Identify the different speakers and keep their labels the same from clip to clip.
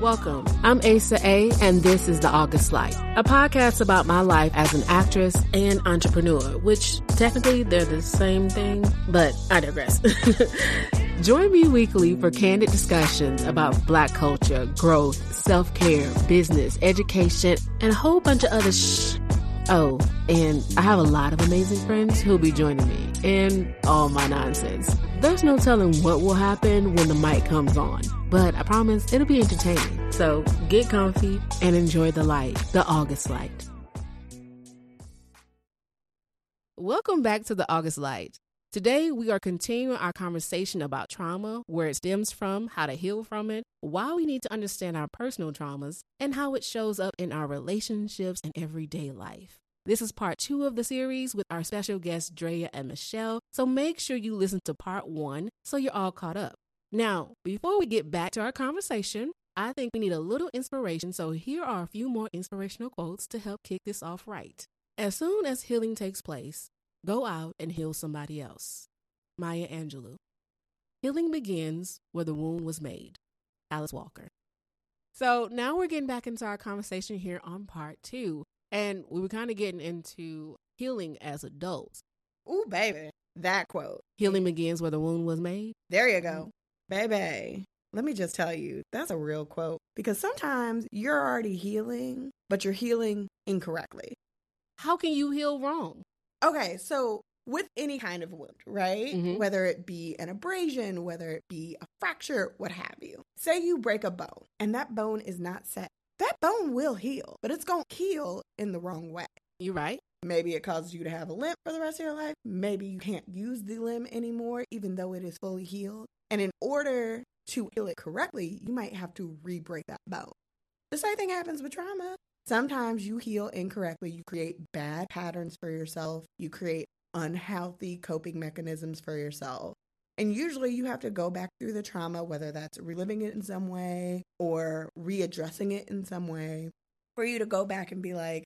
Speaker 1: Welcome. I'm Asa A, and this is The August Light, a podcast about my life as an actress and entrepreneur, which technically they're the same thing, but I digress. Join me weekly for candid discussions about black culture, growth, self care, business, education, and a whole bunch of other shh. Oh, and I have a lot of amazing friends who'll be joining me and all my nonsense. There's no telling what will happen when the mic comes on, but I promise it'll be entertaining. So get comfy and enjoy the light, the August light. Welcome back to the August light. Today, we are continuing our conversation about trauma, where it stems from, how to heal from it, why we need to understand our personal traumas, and how it shows up in our relationships and everyday life. This is part two of the series with our special guests, Drea and Michelle, so make sure you listen to part one so you're all caught up. Now, before we get back to our conversation, I think we need a little inspiration, so here are a few more inspirational quotes to help kick this off right. As soon as healing takes place, Go out and heal somebody else. Maya Angelou. Healing begins where the wound was made. Alice Walker. So now we're getting back into our conversation here on part two. And we were kind of getting into healing as adults.
Speaker 2: Ooh, baby. That quote.
Speaker 1: Healing begins where the wound was made.
Speaker 2: There you go. Baby. Let me just tell you, that's a real quote because sometimes you're already healing, but you're healing incorrectly.
Speaker 1: How can you heal wrong?
Speaker 2: Okay, so with any kind of wound, right?
Speaker 1: Mhm.
Speaker 2: Whether it be an abrasion, whether it be a fracture, what have you. Say you break a bone and that bone is not set. That bone will heal, but it's going to heal in the wrong way.
Speaker 1: You right?
Speaker 2: Maybe it causes you to have a limp for the rest of your life. Maybe you can't use the limb anymore, even though it is fully healed. And in order to heal it correctly, you might have to re break that bone. The same thing happens with trauma. Sometimes you heal incorrectly. You create bad patterns for yourself. You create unhealthy coping mechanisms for yourself. And usually you have to go back through the trauma, whether that's reliving it in some way or readdressing it in some way, for you to go back and be like,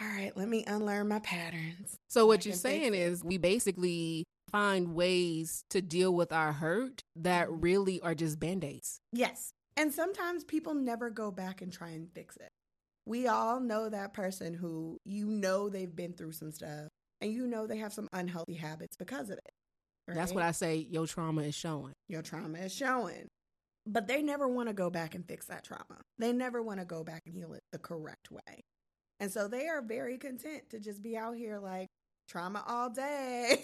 Speaker 2: all right, let me unlearn my patterns.
Speaker 1: So
Speaker 2: I
Speaker 1: what you're
Speaker 2: can fix
Speaker 1: saying
Speaker 2: it.
Speaker 1: is we basically find ways to deal with our hurt that
Speaker 2: Mm-hmm.
Speaker 1: really are just band-aids.
Speaker 2: Yes. And sometimes people never go back and try and fix it. We all know that person who you know they've been through some stuff and you know they have some unhealthy habits because of it.
Speaker 1: That's what I say your trauma is showing.
Speaker 2: Your trauma is showing. But they never want to go back and fix that trauma. They never want to go back and heal it the correct way. And so they are very content to just be out here like trauma all day.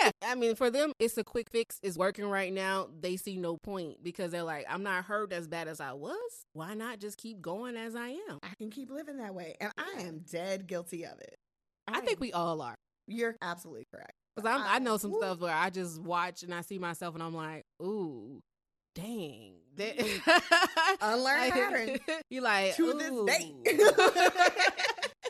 Speaker 1: yeah, I mean, for them, it's a quick fix. It's working right now. They see no point because they're like, I'm not hurt as bad as I was. Why not just keep going as I am?
Speaker 2: I can keep living that way. And I am dead guilty of it.
Speaker 1: I think we all are.
Speaker 2: You're absolutely correct.
Speaker 1: Because I, I know some
Speaker 2: Ooh.
Speaker 1: stuff where I just watch and I see myself and I'm like, ooh, dang. That-
Speaker 2: Unlearn
Speaker 1: Like,
Speaker 2: patterns
Speaker 1: You're like,
Speaker 2: Mm-hmm. to this day.
Speaker 1: ooh.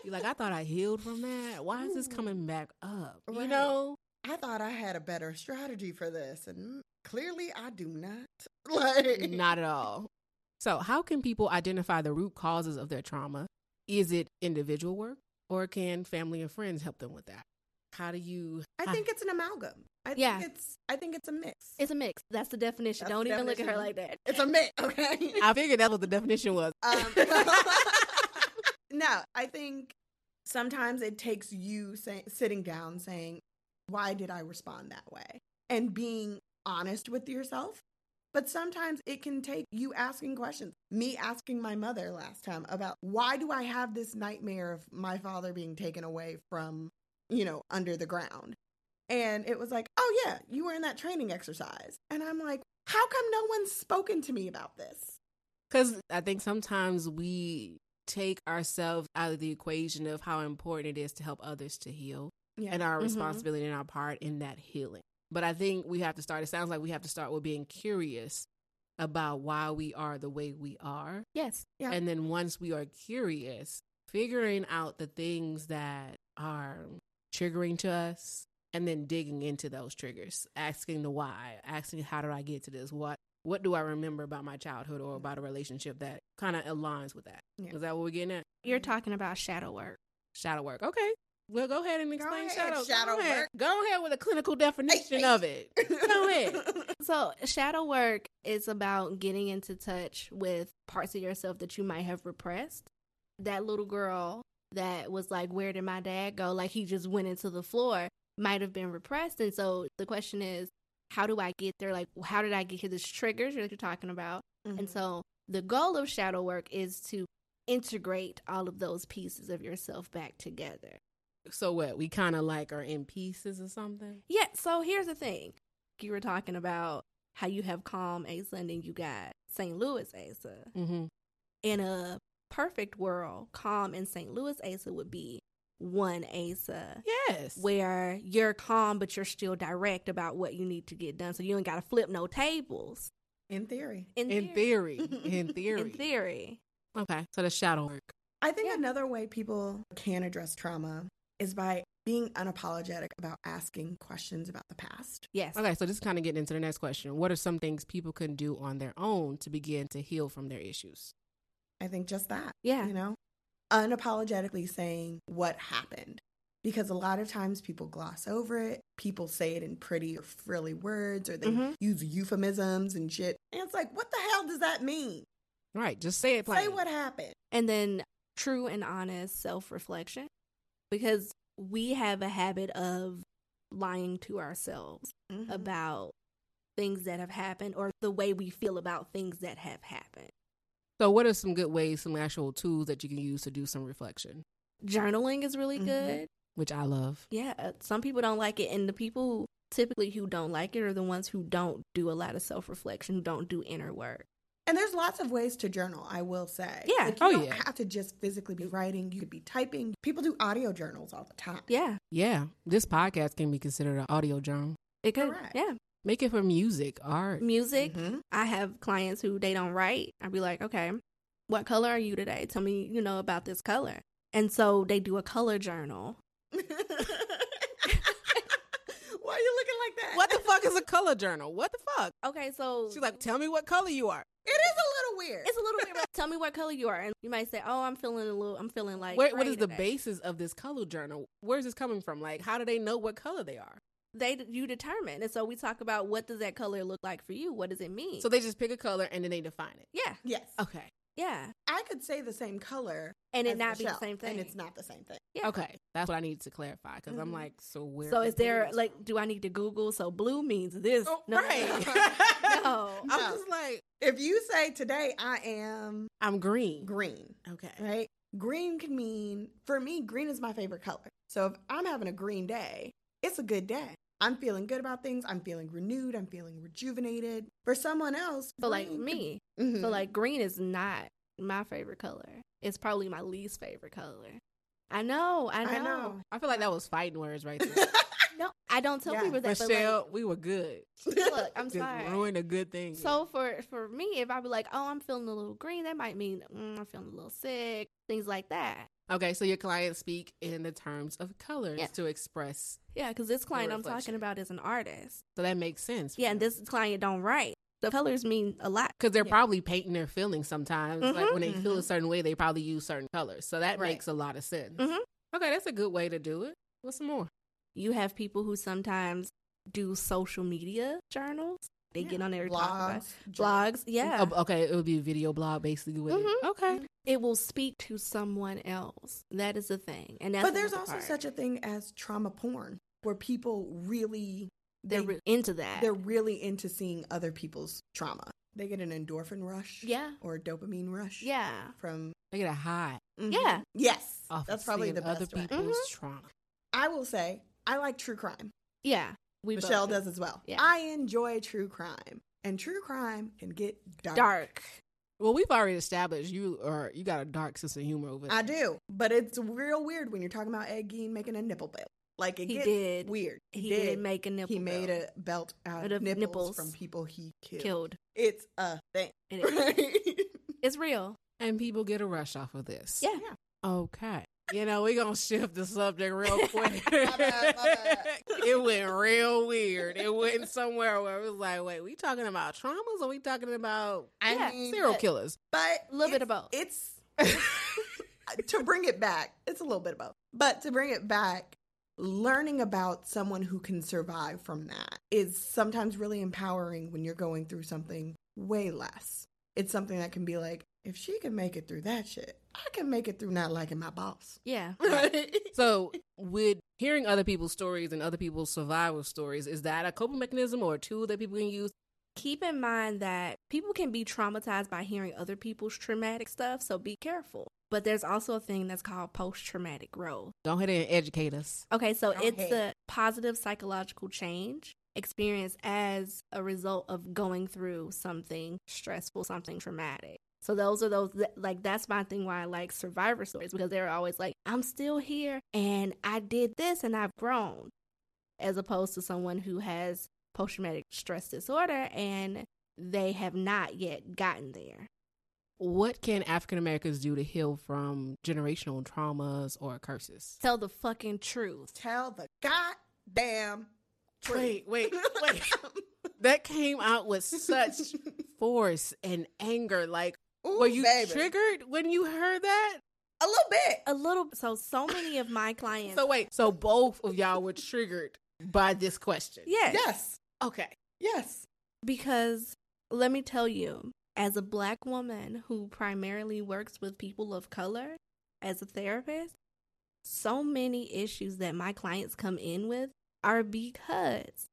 Speaker 1: You're like, I thought I healed from that. Why is this
Speaker 2: Ooh.
Speaker 1: coming back up? You
Speaker 2: Right.
Speaker 1: know?
Speaker 2: I thought I had a better strategy for this, and mm, clearly I do not. Like,
Speaker 1: Not at all. So, how can people identify the root causes of their trauma? Is it individual work or can family and friends help them with that? How do you?
Speaker 2: I think it's an amalgam. I
Speaker 3: Yeah.
Speaker 2: think it's. I think it's a mix.
Speaker 3: It's a mix. That's the definition.
Speaker 2: That's
Speaker 3: Don't
Speaker 2: the
Speaker 3: even look at her like
Speaker 2: definition.
Speaker 3: that.
Speaker 2: It's a mix. Okay.
Speaker 1: I figured that's what the definition was.
Speaker 2: Um, no, I think sometimes it takes you say, sitting down saying, why did I respond that way? And being honest with yourself. But sometimes it can take you asking questions. Me asking my mother last time about why do I have this nightmare of my father being taken away from, you know, under the ground? And it was like, oh, yeah, you were in that training exercise. And I'm like, how come no one's spoken to me about this?
Speaker 1: Because I think sometimes we take ourselves out of the equation of how important it is to help others to heal
Speaker 2: Yeah.
Speaker 1: and our
Speaker 3: Mhm.
Speaker 1: responsibility and our part in that healing. But I think we have to start, it sounds like we have to start with being curious about why we are the way we are.
Speaker 3: Yes.
Speaker 2: Yeah.
Speaker 1: And then once we are curious, figuring out the things that are triggering to us and then digging into those triggers, asking the why, asking how did I get to this? What what do I remember about my childhood or about a relationship that kind of aligns with that? Is
Speaker 2: Yeah.
Speaker 1: that what we're getting at?
Speaker 3: You're talking about shadow work.
Speaker 1: Shadow work. Okay. Well, go ahead and explain
Speaker 2: ahead,
Speaker 1: shadow.
Speaker 2: shadow
Speaker 1: go, ahead.
Speaker 2: work.
Speaker 1: go ahead with a clinical definition of it. Go ahead.
Speaker 3: So, shadow work is about getting into touch with parts of yourself that you might have repressed. That little girl that was like, Where did my dad go? Like, he just went into the floor, might have been repressed. And so, the question is, How do I get there? Like, how did I get here? This triggers that you're talking about. And
Speaker 2: Mm-hmm.
Speaker 3: so, the goal of shadow work is to integrate all of those pieces of yourself back together.
Speaker 1: So what? We kind of like are in pieces or something.
Speaker 3: Yeah, so here's the thing. You were talking about how you have Calm Asa and then you got St. Louis Asa.
Speaker 1: Mm-hmm.
Speaker 3: In a perfect world, Calm and St. Louis Asa would be one Asa.
Speaker 1: Yes.
Speaker 3: Where you're calm, but you're still direct about what you need to get done. So you ain't got to flip no tables.
Speaker 2: in theory.
Speaker 3: In,
Speaker 1: in theory. In theory.
Speaker 3: In theory.
Speaker 1: Okay. So the shadow work.
Speaker 2: I think
Speaker 3: Yeah.
Speaker 2: another way people can address trauma is by being unapologetic about asking questions about the past.
Speaker 3: Yes.
Speaker 1: Okay. So this is kind of getting into the next question. What are some things people can do on their own to begin to heal from their issues?
Speaker 2: I think just that.
Speaker 3: Yeah.
Speaker 2: You know, unapologetically saying what happened. Because a lot of times people gloss over it. People say it in pretty or frilly words or they
Speaker 3: Mhm.
Speaker 2: use euphemisms and shit. And it's like, what the hell does that mean?
Speaker 1: Right. Just say it plain.
Speaker 2: Say what happened.
Speaker 3: and then true and honest self reflection because we have a habit of lying to ourselves
Speaker 2: Mm-hmm.
Speaker 1: Mm-hmm.
Speaker 3: about things that have happened or the way we feel about things that have happened.
Speaker 1: So what are some good ways, some actual tools that you can use to do some reflection,
Speaker 3: Journaling is really
Speaker 1: Mm-hmm.
Speaker 2: Mhm.
Speaker 3: good.
Speaker 1: which I love.
Speaker 3: Yeah, uh, some people don't like it and the people who typically who don't like it are the ones who don't do a lot of self-reflection, who don't do inner work.
Speaker 2: And there's lots of ways to journal, I will say.
Speaker 3: Yeah.
Speaker 2: Like, you
Speaker 1: Oh,
Speaker 2: don't
Speaker 1: yeah.
Speaker 2: have to just physically be writing. You could be typing. People do audio journals all the time.
Speaker 3: Yeah.
Speaker 1: Yeah. This podcast can be considered an audio journal.
Speaker 3: It could.
Speaker 2: Correct.
Speaker 3: Yeah.
Speaker 1: Make it for music, art.
Speaker 3: Music,
Speaker 2: Mhm.
Speaker 3: I have clients who they don't write. I'd be like, okay, what color are you today? Tell me, you know, about this color. And so they do a color journal.
Speaker 2: Why are you looking like that?
Speaker 1: What the fuck is a color journal? What the fuck?
Speaker 3: Okay, so
Speaker 1: She's like, tell me what color you are.
Speaker 2: It is a little weird.
Speaker 3: it's a little weird. but tell me what color you are, and you might say, oh, I'm feeling a little, I'm feeling like.
Speaker 1: Where, what
Speaker 3: gray
Speaker 1: is the
Speaker 3: today.
Speaker 1: basis of this color journal? Where's this coming from? Like, how do they know what color they are?
Speaker 3: They you determine, and so we talk about what does that color look like for you? What does it mean?
Speaker 1: So they just pick a color and then they define it.
Speaker 3: yeah,
Speaker 2: yes.
Speaker 1: Okay.
Speaker 3: yeah,
Speaker 2: I could say the same color
Speaker 3: and it
Speaker 2: as
Speaker 3: not be the
Speaker 2: Michelle,
Speaker 3: same thing.
Speaker 2: and it's not the same thing.
Speaker 3: Yeah.
Speaker 1: Okay. That's what I needed to clarify because I'm
Speaker 2: Mhm.
Speaker 1: like, so where?
Speaker 3: Mm-hmm. So
Speaker 1: are
Speaker 3: is
Speaker 1: they
Speaker 3: there
Speaker 1: getting this
Speaker 3: like, do I need to Google? So blue means this.
Speaker 1: Oh,
Speaker 3: No, no,
Speaker 1: right.
Speaker 3: No. no.
Speaker 1: from? I'm
Speaker 2: No.
Speaker 1: just like,
Speaker 2: If you say today I am
Speaker 1: I'm green.
Speaker 2: green,
Speaker 1: Okay.
Speaker 2: right? Green can mean for me, green is my favorite color. So if I'm having a green day, it's a good day. I'm feeling good about things. I'm feeling renewed. I'm feeling rejuvenated. For someone else,
Speaker 3: So like
Speaker 2: green could-
Speaker 3: me,
Speaker 2: Mhm.
Speaker 3: So like green is not my favorite color. It's probably my least favorite color. I know, I know.
Speaker 2: I
Speaker 1: I feel like that was fighting words right there.
Speaker 2: know.
Speaker 3: No, I don't tell
Speaker 2: Yeah.
Speaker 3: people that.
Speaker 1: Michelle, we were good.
Speaker 3: But like, look, I'm
Speaker 1: just
Speaker 3: sorry.
Speaker 1: ruined a good thing.
Speaker 3: So for for me, if I be like, oh, I'm feeling a little green, that might mean mm, I'm feeling a little sick, things like that.
Speaker 1: okay, so your clients speak in the terms of colors
Speaker 3: Yeah.
Speaker 1: to express.
Speaker 3: Yeah, because this client I'm talking
Speaker 1: reflection.
Speaker 3: about is an artist.
Speaker 1: So that makes sense.
Speaker 3: Yeah, and this client don't write. The colors mean a lot.
Speaker 1: because they're
Speaker 2: Yeah.
Speaker 1: probably painting their feelings sometimes. Like
Speaker 3: Mhm.
Speaker 1: when they feel a
Speaker 2: Mhm.
Speaker 1: certain way, they probably use certain colors. So that
Speaker 2: Right.
Speaker 1: makes a lot of sense.
Speaker 3: Mhm.
Speaker 1: Okay, that's a good way to do it. What's more?
Speaker 3: You have people who sometimes do social media journals. They get
Speaker 2: Yeah.
Speaker 3: on there to talk about
Speaker 2: blogs,
Speaker 3: blogs. Yeah,
Speaker 1: Ob- Okay, it would be a video blog basically with it.
Speaker 3: Mhm.
Speaker 1: Okay.
Speaker 3: it will speak to someone else. That is the thing, and that's
Speaker 2: But there's
Speaker 3: another
Speaker 2: also
Speaker 3: part.
Speaker 2: such a thing as trauma porn, where people really
Speaker 3: they're
Speaker 2: they,
Speaker 3: re- into that.
Speaker 2: they're really into seeing other people's trauma. They get an endorphin rush,
Speaker 3: yeah,
Speaker 2: or a dopamine rush,
Speaker 3: yeah,
Speaker 2: from
Speaker 1: They get a high
Speaker 2: Mhm.
Speaker 3: Yeah.
Speaker 2: yes,
Speaker 1: off
Speaker 2: that's
Speaker 1: of
Speaker 2: probably
Speaker 1: seeing
Speaker 2: the best
Speaker 1: other
Speaker 2: way.
Speaker 1: people's
Speaker 3: Mm-hmm.
Speaker 1: trauma.
Speaker 2: I will say I like true crime.
Speaker 3: yeah. We both
Speaker 2: Michelle
Speaker 3: do.
Speaker 2: does as well.
Speaker 3: Yeah.
Speaker 2: I enjoy true crime, and true crime can get dark.
Speaker 3: dark.
Speaker 1: Well, we've already established you are you got a dark sense of humor over there.
Speaker 2: I do, but it's real weird when you're talking about Ed Gein making a nipple belt. Like it
Speaker 3: He
Speaker 2: gets
Speaker 3: did.
Speaker 2: weird.
Speaker 3: He did. make a nipple.
Speaker 2: he made
Speaker 3: belt.
Speaker 2: a belt out
Speaker 3: Out
Speaker 2: of,
Speaker 3: of
Speaker 2: nipples,
Speaker 3: nipples.
Speaker 2: from people he killed.
Speaker 3: killed.
Speaker 2: It's a thing.
Speaker 3: It is.
Speaker 2: Right?
Speaker 3: It's real.
Speaker 1: and people get a rush off of this.
Speaker 3: Yeah.
Speaker 2: Yeah.
Speaker 1: Okay. You know, we're gonna shift the subject real quick.
Speaker 2: bad, my bad.
Speaker 1: it went real weird. It went somewhere where it was like, wait, we talking about traumas or we talking about
Speaker 3: I
Speaker 2: mean,
Speaker 1: serial
Speaker 3: but-
Speaker 1: killers?
Speaker 2: But
Speaker 3: A little bit
Speaker 2: it's-
Speaker 3: of both.
Speaker 2: It's to bring it back, it's a little bit about, but to bring it back, learning about someone who can survive from that is sometimes really empowering when you're going through something way less. It's something that can be like, if she can make it through that shit, I can make it through not liking my boss.
Speaker 3: Yeah.
Speaker 1: So, with hearing other people's stories and other people's survival stories, is that a coping mechanism or a tool that people can use?
Speaker 3: Keep in mind that people can be traumatized by hearing other people's traumatic stuff, so be careful. But there's also a thing that's called post traumatic growth.
Speaker 1: Go ahead and educate us.
Speaker 3: Okay, so
Speaker 2: Go
Speaker 3: it's
Speaker 2: ahead.
Speaker 3: a positive psychological change experienced as a result of going through something stressful, something traumatic. So those are those that, like that's my thing why I like survivor stories because they're always like I'm still here and I did this and I've grown as opposed to someone who has post traumatic stress disorder and they have not yet gotten there.
Speaker 1: What can African Americans do to heal from generational traumas or curses?
Speaker 3: Tell the fucking truth.
Speaker 2: Tell the goddamn truth.
Speaker 1: Wait, wait, wait. that came out with such force and anger. Like,
Speaker 2: Ooh,
Speaker 1: were you
Speaker 2: baby.
Speaker 1: triggered when you heard that?
Speaker 2: A little bit.
Speaker 3: A little so so many of my clients
Speaker 1: So, wait, so both of y'all were triggered by this question.
Speaker 3: yes.
Speaker 2: Yes.
Speaker 1: Okay.
Speaker 2: Yes.
Speaker 3: Because let me tell you, as a black woman who primarily works with people of color as a therapist, so many issues that my clients come in with are because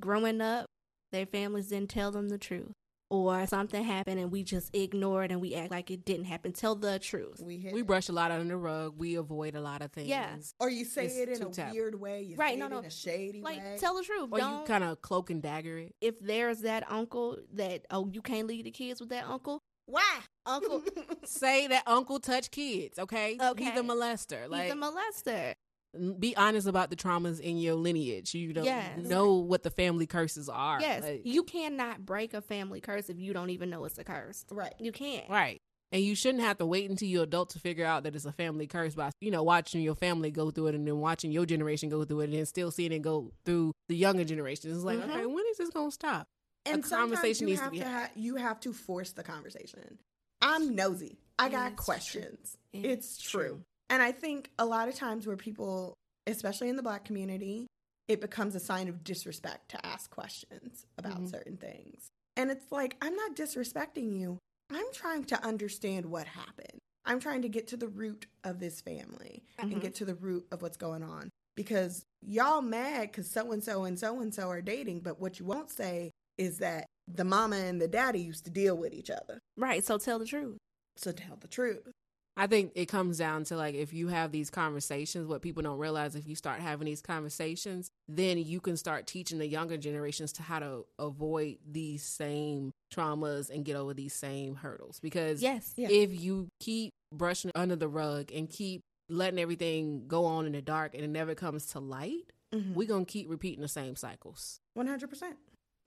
Speaker 3: growing up, their families didn't tell them the truth. Or something happened and we just ignore it and we act like it didn't happen. Tell the truth.
Speaker 2: We hit.
Speaker 1: We
Speaker 2: it.
Speaker 1: brush a lot under the rug. We avoid a lot of things.
Speaker 3: Yeah.
Speaker 2: Or you say
Speaker 1: It's
Speaker 2: it in
Speaker 1: too
Speaker 2: a
Speaker 1: taboo.
Speaker 2: weird way. You
Speaker 3: Right,
Speaker 2: say
Speaker 3: no,
Speaker 2: it
Speaker 3: no.
Speaker 2: in a shady way.
Speaker 3: Like, tell the truth.
Speaker 1: Or
Speaker 3: Don't
Speaker 1: you kind of cloak and dagger it.
Speaker 3: if there's that uncle that oh you can't leave the kids with that uncle,
Speaker 2: why,
Speaker 3: Uncle
Speaker 1: Say that uncle touch kids, okay? He's
Speaker 3: Okay.
Speaker 1: a molester. Like,
Speaker 3: he's a molester.
Speaker 1: n- be honest about the traumas in your lineage. You don't
Speaker 3: Yes.
Speaker 1: know what the family curses are.
Speaker 3: Yes,
Speaker 1: Like-
Speaker 3: you cannot break a family curse if you don't even know it's a curse.
Speaker 2: right.
Speaker 3: You can't.
Speaker 1: Right. And you shouldn't have to wait until you're adult to figure out that it's a family curse by, you know, watching your family go through it and then watching your generation go through it and then still seeing it go through the younger generation. It's like,
Speaker 3: Mhm.
Speaker 1: okay, when is this going to stop?
Speaker 2: And
Speaker 1: conversation
Speaker 2: sometimes you
Speaker 1: needs to
Speaker 2: have
Speaker 1: be
Speaker 2: to,
Speaker 1: had.
Speaker 2: ha- you have to force the conversation. I'm nosy. I
Speaker 3: Yeah,
Speaker 2: got
Speaker 3: it's true.
Speaker 2: questions.
Speaker 3: Yeah,
Speaker 2: It's
Speaker 3: it's
Speaker 2: true.
Speaker 3: true.
Speaker 2: And I think a lot of times where people, especially in the black community, it becomes a sign of disrespect to ask questions about
Speaker 1: Mhm.
Speaker 2: certain things. And it's like, I'm not disrespecting you. I'm trying to understand what happened. I'm trying to get to the root of this family
Speaker 3: Mhm.
Speaker 2: and get to the root of what's going on because y'all mad because so and so and so and so are dating. But what you won't say is that the mama and the daddy used to deal with each other.
Speaker 3: Right. So tell the truth.
Speaker 2: So tell the truth.
Speaker 1: I think it comes down to like if you have these conversations, what people don't realize if you start having these conversations, then you can start teaching the younger generations to how to avoid these same traumas and get over these same hurdles. Because
Speaker 3: Yes.
Speaker 2: Yeah.
Speaker 1: if you keep brushing under the rug and keep letting everything go on in the dark and it never comes to light,
Speaker 2: Mhm.
Speaker 1: we're going to keep repeating the same cycles.
Speaker 2: 100%.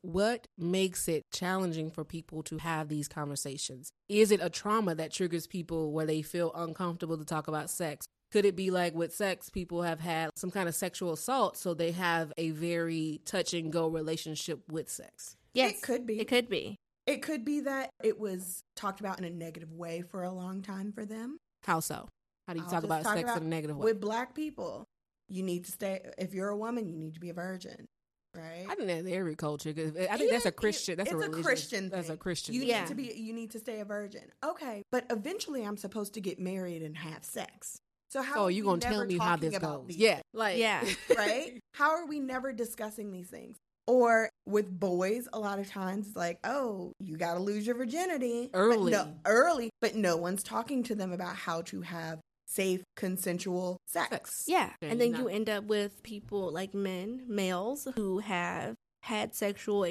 Speaker 1: What makes it challenging for people to have these conversations? Is it a trauma that triggers people where they feel uncomfortable to talk about sex? Could it be like with sex, people have had some kind of sexual assault, so they have a very touch and go relationship with sex?
Speaker 3: Yes.
Speaker 2: It could be.
Speaker 3: It could be.
Speaker 2: It could be that it was talked about in a negative way for a long time for them.
Speaker 1: How so? How do you
Speaker 2: I'll
Speaker 1: talk
Speaker 2: just
Speaker 1: about
Speaker 2: talk
Speaker 1: sex
Speaker 2: about
Speaker 1: in a negative way?
Speaker 2: With black people, you need to stay. If you're a woman, you need to be a virgin, right?
Speaker 1: I think that's every culture. 'cause uh, I think that's a
Speaker 2: Even if-
Speaker 1: Christian. That's a,
Speaker 2: it's a,
Speaker 1: religious-
Speaker 2: Christian.
Speaker 1: That's a
Speaker 2: thing.
Speaker 1: Christian.
Speaker 2: You
Speaker 1: thing.
Speaker 3: Yeah.
Speaker 2: need to be. You need to stay a virgin. Okay, but eventually, I'm supposed to get married and have sex. So how?
Speaker 1: So
Speaker 2: are
Speaker 1: Oh, you
Speaker 2: we
Speaker 1: gonna tell
Speaker 2: never
Speaker 1: me how
Speaker 2: talking
Speaker 1: this
Speaker 2: about
Speaker 1: goes?
Speaker 2: these
Speaker 1: yeah, like
Speaker 3: Yeah.
Speaker 2: right? How are we never discussing these things? Or with boys, a lot of times, it's like, oh, you got to lose your virginity But
Speaker 1: Early.
Speaker 2: no, early, but no one's talking to them about how to have safe, consensual sex.
Speaker 1: Sex.
Speaker 3: Yeah.
Speaker 1: Then
Speaker 3: and then
Speaker 1: you're
Speaker 3: you
Speaker 1: not-
Speaker 3: end up with people like men, males who have had sexual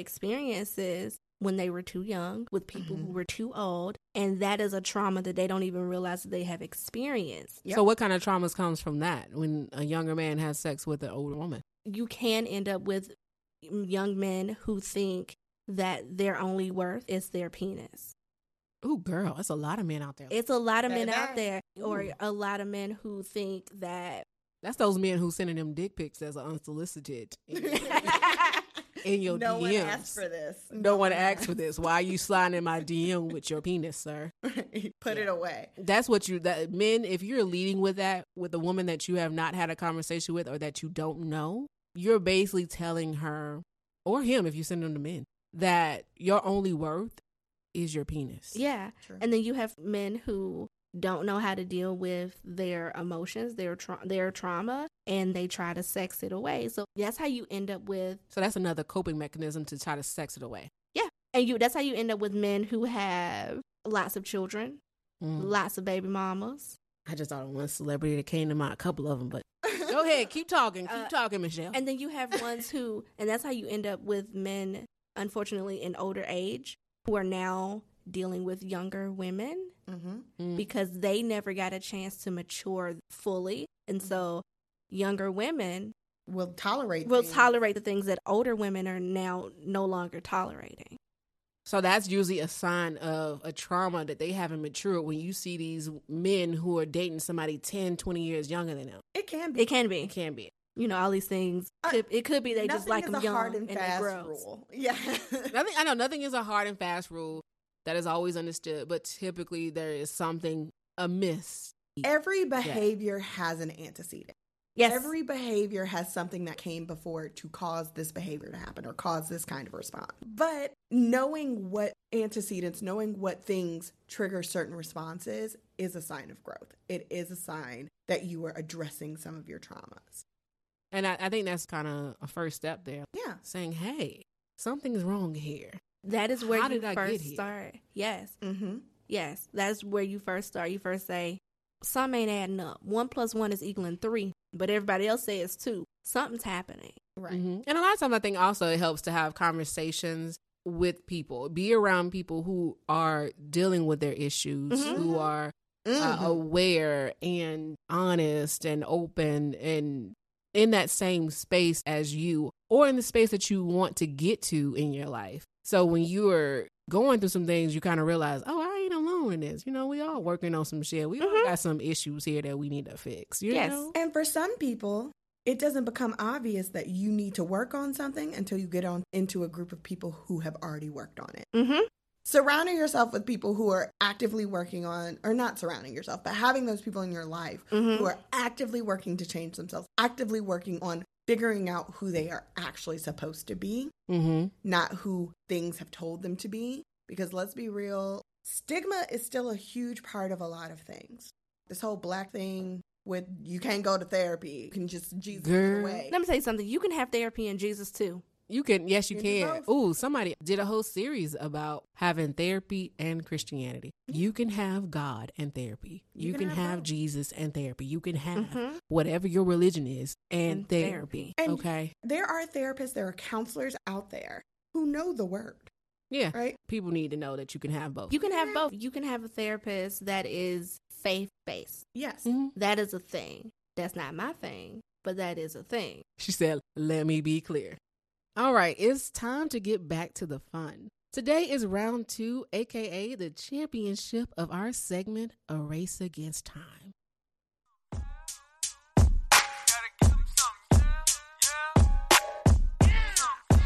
Speaker 3: experiences when they were too young with people
Speaker 2: Mm-hmm.
Speaker 3: who were too old. And that is a trauma that they don't even realize that they have experienced.
Speaker 2: Yep.
Speaker 1: So what kind of traumas comes from that when a younger man has sex with an older woman?
Speaker 3: you can end up with young men who think that their only worth is their penis.
Speaker 1: Ooh, girl, that's a lot of men out there.
Speaker 3: It's a lot of men
Speaker 2: Baby.
Speaker 3: out there, or
Speaker 1: Ooh.
Speaker 3: a lot of men who think that
Speaker 1: that's those men who sending them dick pics as an unsolicited. in your
Speaker 2: no
Speaker 1: DMs.
Speaker 2: one asked for this.
Speaker 1: no one asked for this. Why are you sliding in my DM with your penis, sir?
Speaker 2: Put it away.
Speaker 1: That's what you that men, if you're leading with that with a woman that you have not had a conversation with or that you don't know, you're basically telling her or him if you send them to men that your only worth is your penis.
Speaker 3: Yeah.
Speaker 2: True.
Speaker 3: And then you have men who don't know how to deal with their emotions, their tra- their trauma, and they try to sex it away. So that's how you end up with
Speaker 1: So that's another coping mechanism to try to sex it away.
Speaker 3: and you that's how you end up with men who have lots of children,
Speaker 1: Mm.
Speaker 3: lots of baby mamas.
Speaker 1: I just thought of one celebrity that came to mind, a couple of them, but go ahead, keep talking, keep
Speaker 3: Uh,
Speaker 1: talking, Michelle.
Speaker 3: And then you have ones who and that's how you end up with men unfortunately in older age who are now dealing with younger women
Speaker 2: Mhm.
Speaker 1: Mm.
Speaker 3: because they never got a chance to mature fully.
Speaker 2: Mm-hmm.
Speaker 3: And so younger women
Speaker 2: We'll tolerate.
Speaker 3: will
Speaker 2: things.
Speaker 3: tolerate the things that older women are now no longer tolerating.
Speaker 1: So that's usually a sign of a trauma that they haven't matured when you see these men who are dating somebody 10, 20 years younger than them.
Speaker 2: It can be.
Speaker 3: It can
Speaker 1: It
Speaker 3: be,
Speaker 1: can be.
Speaker 3: you know, all these things.
Speaker 2: Uh,
Speaker 3: Could, it could be they just
Speaker 2: Nothing
Speaker 3: like
Speaker 2: is
Speaker 3: them
Speaker 2: a
Speaker 3: young
Speaker 2: hard and
Speaker 3: and,
Speaker 2: fast
Speaker 3: they gross.
Speaker 2: rule. Yeah.
Speaker 1: Nothing, I know nothing is a hard and fast rule that is always understood, but typically there is something amiss.
Speaker 2: Every behavior has an antecedent.
Speaker 3: Yes,
Speaker 2: Every behavior has something that came before to cause this behavior to happen or cause this kind of response. But knowing what antecedents, knowing what things trigger certain responses is a sign of growth. It is a sign that you are addressing some of your traumas.
Speaker 1: And I, I think that's kind of a first step there
Speaker 2: Yeah.
Speaker 1: saying, hey, something's wrong here.
Speaker 3: that is where
Speaker 1: How
Speaker 3: you
Speaker 1: did I get
Speaker 3: first
Speaker 1: here?
Speaker 3: start. Yes,
Speaker 2: Mm-hmm.
Speaker 3: yes, that's where you first start. You first say some ain't adding up. One plus one is equaling three, but everybody else says two. Something's happening.
Speaker 2: Right.
Speaker 1: Mhm. And a lot of times, I think also it helps to have conversations with people, be around people who are dealing with their issues,
Speaker 3: Mhm.
Speaker 1: who are
Speaker 2: Mhm.
Speaker 1: uh, aware and honest and open and in that same space as you or in the space that you want to get to in your life. So when you're going through some things, you kind of realize, oh, I ain't alone in this. You know, we all working on some shit. We all
Speaker 3: Mhm.
Speaker 1: got some issues here that we need to fix. You
Speaker 3: Yes.
Speaker 1: know?
Speaker 2: And for some people, it doesn't become obvious that you need to work on something until you get on into a group of people who have already worked on it.
Speaker 3: Mm-hmm.
Speaker 2: Surrounding yourself with people who are actively working on, or not surrounding yourself, but having those people in your life
Speaker 3: Mm-hmm.
Speaker 2: who are actively working to change themselves, actively working on figuring out who they are actually supposed to be,
Speaker 1: Mm-hmm.
Speaker 2: not who things have told them to be. Because let's be real, stigma is still a huge part of a lot of things. This whole black thing with you can't go to therapy, you can just Jesus
Speaker 1: Girl.
Speaker 2: away.
Speaker 3: Let me tell you something. You can have therapy and Jesus too.
Speaker 1: You can, yes, you
Speaker 2: You can
Speaker 1: can.
Speaker 2: do
Speaker 1: Ooh, somebody did a whole series about having therapy and Christianity. You can have God and therapy. You, can, have,
Speaker 2: both.
Speaker 1: Jesus and therapy. You can have
Speaker 3: Mhm.
Speaker 1: whatever your religion is and,
Speaker 3: And
Speaker 1: therapy.
Speaker 3: therapy.
Speaker 2: And-
Speaker 1: okay.
Speaker 2: There are therapists, there are counselors out there who know the word,
Speaker 1: Yeah.
Speaker 2: right?
Speaker 1: People need to know that you can have both.
Speaker 3: You can have both. You can have a therapist that is faith based.
Speaker 2: Yes.
Speaker 1: Mhm.
Speaker 3: That is a thing. That's not my thing, but that is a thing.
Speaker 1: She said, let me be clear. All right, it's time to get back to the fun. Today is round two, aka the championship of our segment, A Race Against Time.
Speaker 4: Gotta give them something, yeah, yeah.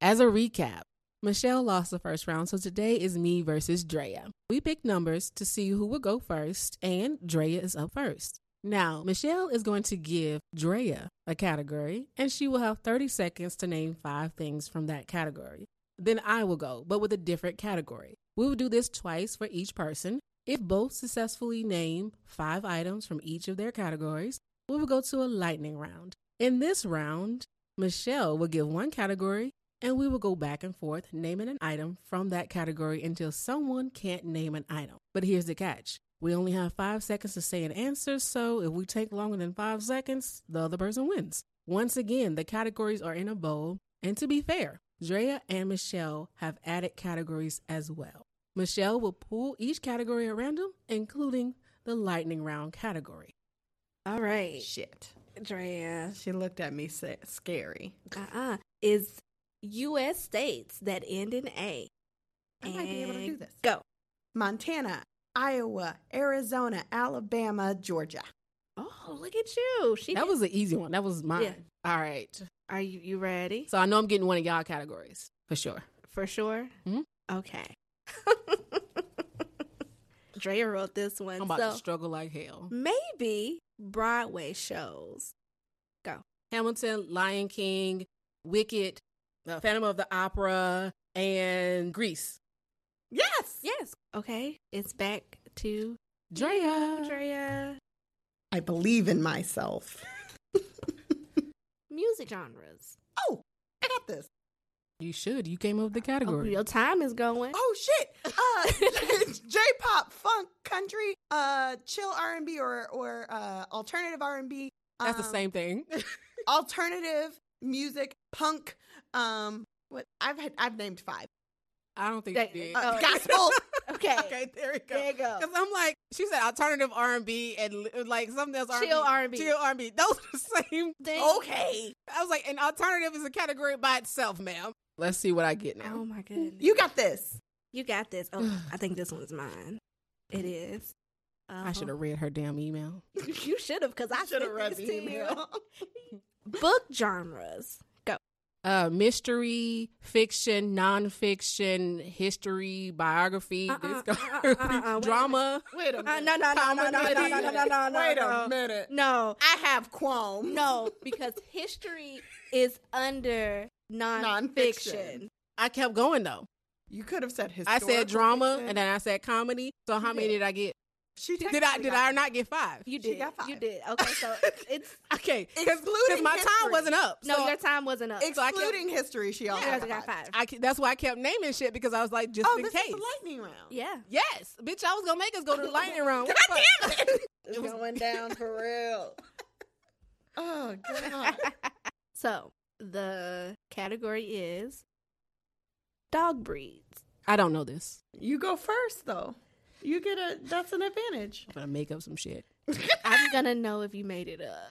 Speaker 1: As a recap, Michelle lost the first round, so today is me versus Drea. We picked numbers to see who would go first, and Drea is up first. Now, Michelle is going to give Drea a category, and she will have 30 seconds to name five things from that category. Then I will go, but with a different category. We will do this twice for each person. If both successfully name five items from each of their categories, we will go to a lightning round. In this round, Michelle will give one category, and we will go back and forth naming an item from that category until someone can't name an item. But here's the catch we only have five seconds to say an answer, so if we take longer than five seconds, the other person wins. Once again, the categories are in a bowl, and to be fair, Drea and Michelle have added categories as well. Michelle will pull each category at random, including the lightning round category.
Speaker 3: All right,
Speaker 2: Shit.
Speaker 3: Drea.
Speaker 2: She looked at me sa- scary.
Speaker 3: Uh uh Is U.S. states that end in A.
Speaker 2: I might be able to do
Speaker 3: And
Speaker 2: this.
Speaker 3: Go.
Speaker 2: Montana, Iowa, Arizona, Alabama, Georgia.
Speaker 3: Oh, look at you. She
Speaker 1: That
Speaker 3: did-
Speaker 1: was an easy one. That was mine.
Speaker 3: Yeah.
Speaker 1: All right.
Speaker 3: Are you you ready?
Speaker 1: So I know I'm getting one of y'all categories for sure.
Speaker 3: For sure?
Speaker 1: Mhm.
Speaker 3: Okay. Drea wrote this one.
Speaker 1: I'm about
Speaker 3: so
Speaker 1: to struggle like hell.
Speaker 3: maybe Broadway shows.
Speaker 1: Hamilton, Lion King, Wicked, uh, Phantom of the Opera, and Grease.
Speaker 2: Yes.
Speaker 3: Yes. Okay. It's back to
Speaker 1: Drea.
Speaker 3: Drea.
Speaker 2: I believe in myself.
Speaker 3: Music genres.
Speaker 2: Oh, I got this.
Speaker 1: You should. You came up with the
Speaker 3: Oh,
Speaker 1: category.
Speaker 3: your time is going.
Speaker 2: Oh shit. Uh, J-pop, funk, country, uh, chill R&B or or uh, alternative R&B.
Speaker 1: That's the
Speaker 2: um,
Speaker 1: same thing.
Speaker 2: Alternative music, punk. Um, what I've had, I've named five.
Speaker 1: I don't think
Speaker 3: that-
Speaker 1: you did.
Speaker 2: Uh,
Speaker 3: Oh,
Speaker 2: gospel.
Speaker 3: Okay.
Speaker 1: okay, there we
Speaker 3: There
Speaker 1: go.
Speaker 3: you go.
Speaker 1: Because I'm like, she said alternative R and B and li- like something else. R&B.
Speaker 3: Chill R&B.
Speaker 1: Chill R and B. Those are the same.
Speaker 3: Thing.
Speaker 2: Oh, okay.
Speaker 1: I was like, an alternative is a category by itself, ma'am. Let's see what I get
Speaker 3: Oh
Speaker 1: now.
Speaker 3: my goodness.
Speaker 2: You got this.
Speaker 3: You got this. Oh, I think this one's mine. It is. Uh-huh.
Speaker 1: I should have read her damn email.
Speaker 3: you should have, because I should have read this
Speaker 2: the
Speaker 3: to you.
Speaker 2: email.
Speaker 3: Book genres. Go.
Speaker 1: Uh, mystery, fiction, nonfiction, history, biography,
Speaker 3: Uh-uh,
Speaker 1: disco-
Speaker 3: uh-uh, uh-uh, uh-uh, wait a
Speaker 1: drama.
Speaker 2: Wait a minute.
Speaker 3: Uh, no, no, no, no, no, no, no, no, no, no, no.
Speaker 2: Wait a minute.
Speaker 3: No,
Speaker 2: I have qualms.
Speaker 3: no, because history is under nonfiction.
Speaker 2: Nonfiction.
Speaker 1: I kept going though.
Speaker 2: You could have said
Speaker 1: I
Speaker 2: historical.
Speaker 1: said drama
Speaker 2: fiction.
Speaker 1: and then I said comedy. So how many did I get?
Speaker 2: she
Speaker 1: Did I did I not get five?
Speaker 3: You
Speaker 2: She
Speaker 3: did.
Speaker 2: got five.
Speaker 3: You did. Okay, so it's
Speaker 1: Okay, because
Speaker 2: Excluding
Speaker 1: my time
Speaker 2: history.
Speaker 1: wasn't up.
Speaker 3: no,
Speaker 1: so
Speaker 3: your time wasn't up. so I kept-
Speaker 2: excluding history? She also
Speaker 3: you guys
Speaker 2: got,
Speaker 3: got five.
Speaker 1: I, ke- that's why I kept naming shit because I was like, just
Speaker 2: Oh,
Speaker 1: in
Speaker 2: this
Speaker 1: case.
Speaker 2: is the lightning round.
Speaker 3: yeah.
Speaker 1: yes, bitch, I was gonna make us go to the lightning round. What the fuck?
Speaker 2: It's going down for real. oh god.
Speaker 3: So the category is dog breeds.
Speaker 1: I don't know this.
Speaker 2: You go first though. You get a that's an advantage.
Speaker 1: I'm gonna make up some shit.
Speaker 3: I'm gonna know if you made it up.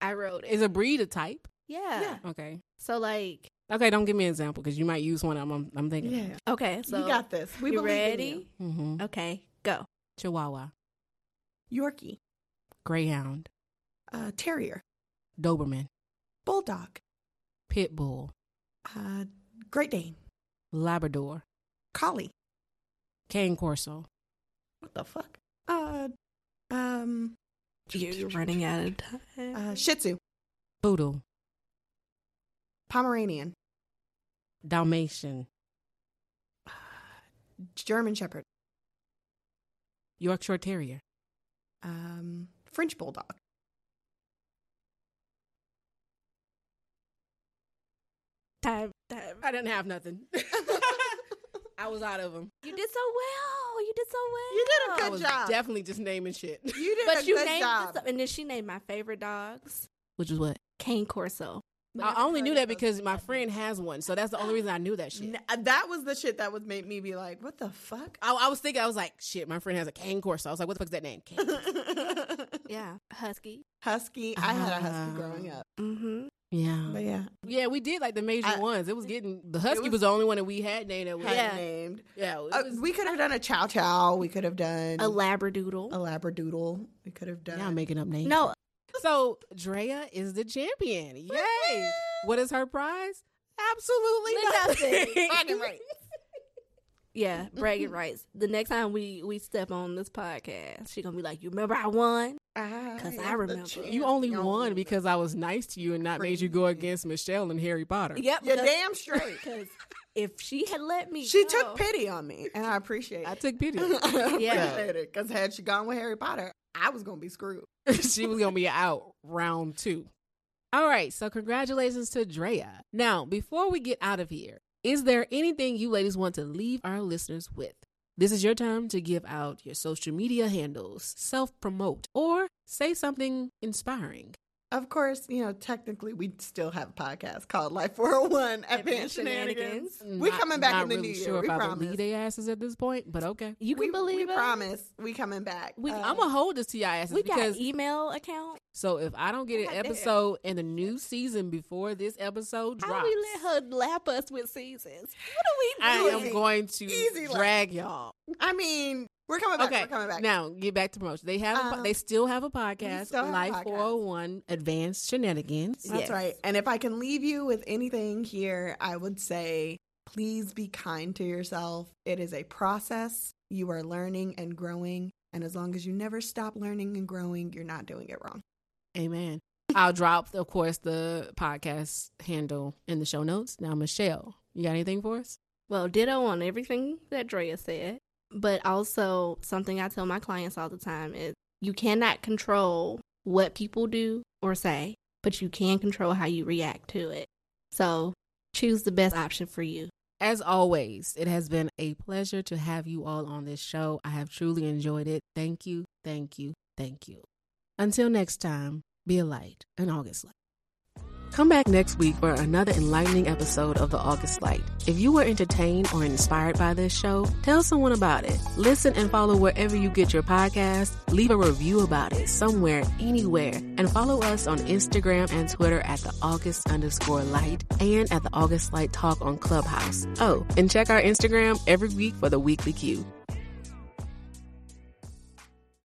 Speaker 3: I wrote it.
Speaker 1: Is a breed a type?
Speaker 3: yeah.
Speaker 2: Yeah.
Speaker 1: Okay.
Speaker 3: So like,
Speaker 1: Okay, don't give me an example because you might use one I'm I'm, I'm thinking.
Speaker 2: Yeah.
Speaker 3: okay. So
Speaker 2: you got this. We
Speaker 3: you
Speaker 2: believe
Speaker 3: ready?
Speaker 2: in
Speaker 1: Mm-hmm.
Speaker 3: Okay, go.
Speaker 1: Chihuahua,
Speaker 2: you. Yorkie,
Speaker 1: Greyhound,
Speaker 2: uh, terrier,
Speaker 1: Doberman,
Speaker 2: bulldog,
Speaker 1: Pit Bull,
Speaker 2: uh, Great Dane,
Speaker 1: Labrador,
Speaker 2: collie.
Speaker 1: Cane Corso.
Speaker 2: What the fuck? Uh, um,
Speaker 3: You're running out of time.
Speaker 2: uh, Shih Tzu,
Speaker 1: Poodle,
Speaker 2: Pomeranian,
Speaker 1: Dalmatian,
Speaker 2: German Shepherd,
Speaker 1: Yorkshire Terrier,
Speaker 2: um, French bulldog.
Speaker 3: time, time.
Speaker 1: I didn't have nothing. I was out of them.
Speaker 3: You did so well. You did so well.
Speaker 2: You did a
Speaker 1: I
Speaker 2: Good
Speaker 1: was
Speaker 2: job.
Speaker 1: definitely just naming shit.
Speaker 2: You did
Speaker 3: But
Speaker 2: a
Speaker 3: you
Speaker 2: good
Speaker 3: named
Speaker 2: job.
Speaker 3: this, and then she named my favorite dogs,
Speaker 1: Which is what?
Speaker 3: Cane Corso.
Speaker 1: I only
Speaker 2: Never
Speaker 1: knew
Speaker 2: heard
Speaker 1: that
Speaker 2: of those
Speaker 1: because my
Speaker 2: people.
Speaker 1: friend has one. So that's the only reason I knew that shit.
Speaker 2: N- uh, that was the shit that was made me be like, what the fuck?
Speaker 1: I, I was thinking, I was like, shit, my friend has a cane corso. I was like, what the fuck's that name? Cane.
Speaker 3: Yeah, Husky.
Speaker 2: husky. I had a husky
Speaker 1: Ah.
Speaker 2: growing up.
Speaker 3: Mm-hmm.
Speaker 1: yeah.
Speaker 2: Uh, But yeah.
Speaker 1: Yeah, we did like the major
Speaker 2: I-
Speaker 1: ones. It was getting, the Husky was,
Speaker 2: was-
Speaker 1: the only one that we had named that was.
Speaker 2: Had
Speaker 3: Yeah.
Speaker 2: named.
Speaker 1: Yeah. it
Speaker 2: Uh,
Speaker 1: was-
Speaker 2: we could have done a chow chow. We could have done
Speaker 3: A
Speaker 2: a,
Speaker 3: Labradoodle.
Speaker 2: labradoodle. We could have done.
Speaker 1: Y'all making up names.
Speaker 3: no,
Speaker 1: So Drea is the champion. Yay. what is her prize? Absolutely
Speaker 3: Nothing.
Speaker 1: nothing.
Speaker 2: Bragging rights.
Speaker 3: yeah, bragging rights. The next time we we step on this podcast, she gonna be like, "You remember I won? I
Speaker 2: Because
Speaker 3: remember.
Speaker 1: You only won because I was nice to you and not made you go
Speaker 2: Crazy.
Speaker 1: against Michelle and Harry Potter.
Speaker 3: Yep.
Speaker 2: You're damn straight.
Speaker 3: Because if she had let me,
Speaker 2: She
Speaker 3: go-
Speaker 2: took pity on me, and I appreciate
Speaker 1: I
Speaker 2: it.
Speaker 1: took pity.
Speaker 3: Yeah.
Speaker 2: Because had she gone with Harry Potter, I was going to be screwed.
Speaker 1: she was gonna be out round two. All right, so congratulations to Drea. Now, before we get out of here, is there anything you ladies want to leave our listeners with? This is your time to give out your social media handles, self promote, or say something inspiring.
Speaker 2: Of course, you know, technically, we still have a podcast called Life 401 Advanced
Speaker 3: Advanced
Speaker 2: Shenanigans.
Speaker 3: Shenanigans.
Speaker 2: We
Speaker 1: Not-
Speaker 2: coming back
Speaker 1: not
Speaker 2: in the
Speaker 1: really
Speaker 2: new year,
Speaker 1: Sure
Speaker 2: we
Speaker 1: if I
Speaker 2: promise.
Speaker 1: believe they asses at this point, but okay.
Speaker 3: You can
Speaker 2: we,
Speaker 3: believe
Speaker 2: we
Speaker 3: us.
Speaker 2: promise we coming back.
Speaker 1: We,
Speaker 2: Uh,
Speaker 1: I'm gonna hold this to your asses
Speaker 3: We got e-
Speaker 1: because
Speaker 3: email account.
Speaker 1: so if I don't get an
Speaker 3: God damn.
Speaker 1: episode in the new season before this episode drops,
Speaker 3: How do we let her lap us with seasons? What are we
Speaker 1: I
Speaker 3: doing?
Speaker 1: am going to
Speaker 2: Easy life.
Speaker 1: drag y'all.
Speaker 2: I mean, We're coming back.
Speaker 1: Okay,
Speaker 2: We're coming back.
Speaker 1: Now get back to promotion. They have a, po-
Speaker 2: Um,
Speaker 1: they still have a podcast,
Speaker 2: still have a
Speaker 1: Life
Speaker 2: podcast.
Speaker 1: 401 Advanced Shenanigans.
Speaker 2: That's
Speaker 3: Yes.
Speaker 2: right. And if I can leave you with anything here, I would say please be kind to yourself. It is a process. You are learning and growing. And as long as you never stop learning and growing, you're not doing it wrong.
Speaker 1: Amen. I'll drop, of course, the podcast handle in the show notes. Now, Michelle, you got anything for us?
Speaker 3: Well, ditto on everything that Drea said. But also, something I tell my clients all the time is you cannot control what people do or say, but you can control how you react to it. So choose the best option for you.
Speaker 1: As always, it has been a pleasure to have you all on this show. I have truly enjoyed it. Thank you, thank you, thank you. Until next time, be a light, an August light. Come back next week for another enlightening episode of The August Light. If you were entertained or inspired by this show, tell someone about it. Listen and follow wherever you get your podcast. Leave a review about it somewhere, anywhere. And follow us on Instagram and Twitter at The August underscore light and at The August Light Talk on Clubhouse. Oh, and check our Instagram every week for the weekly cue.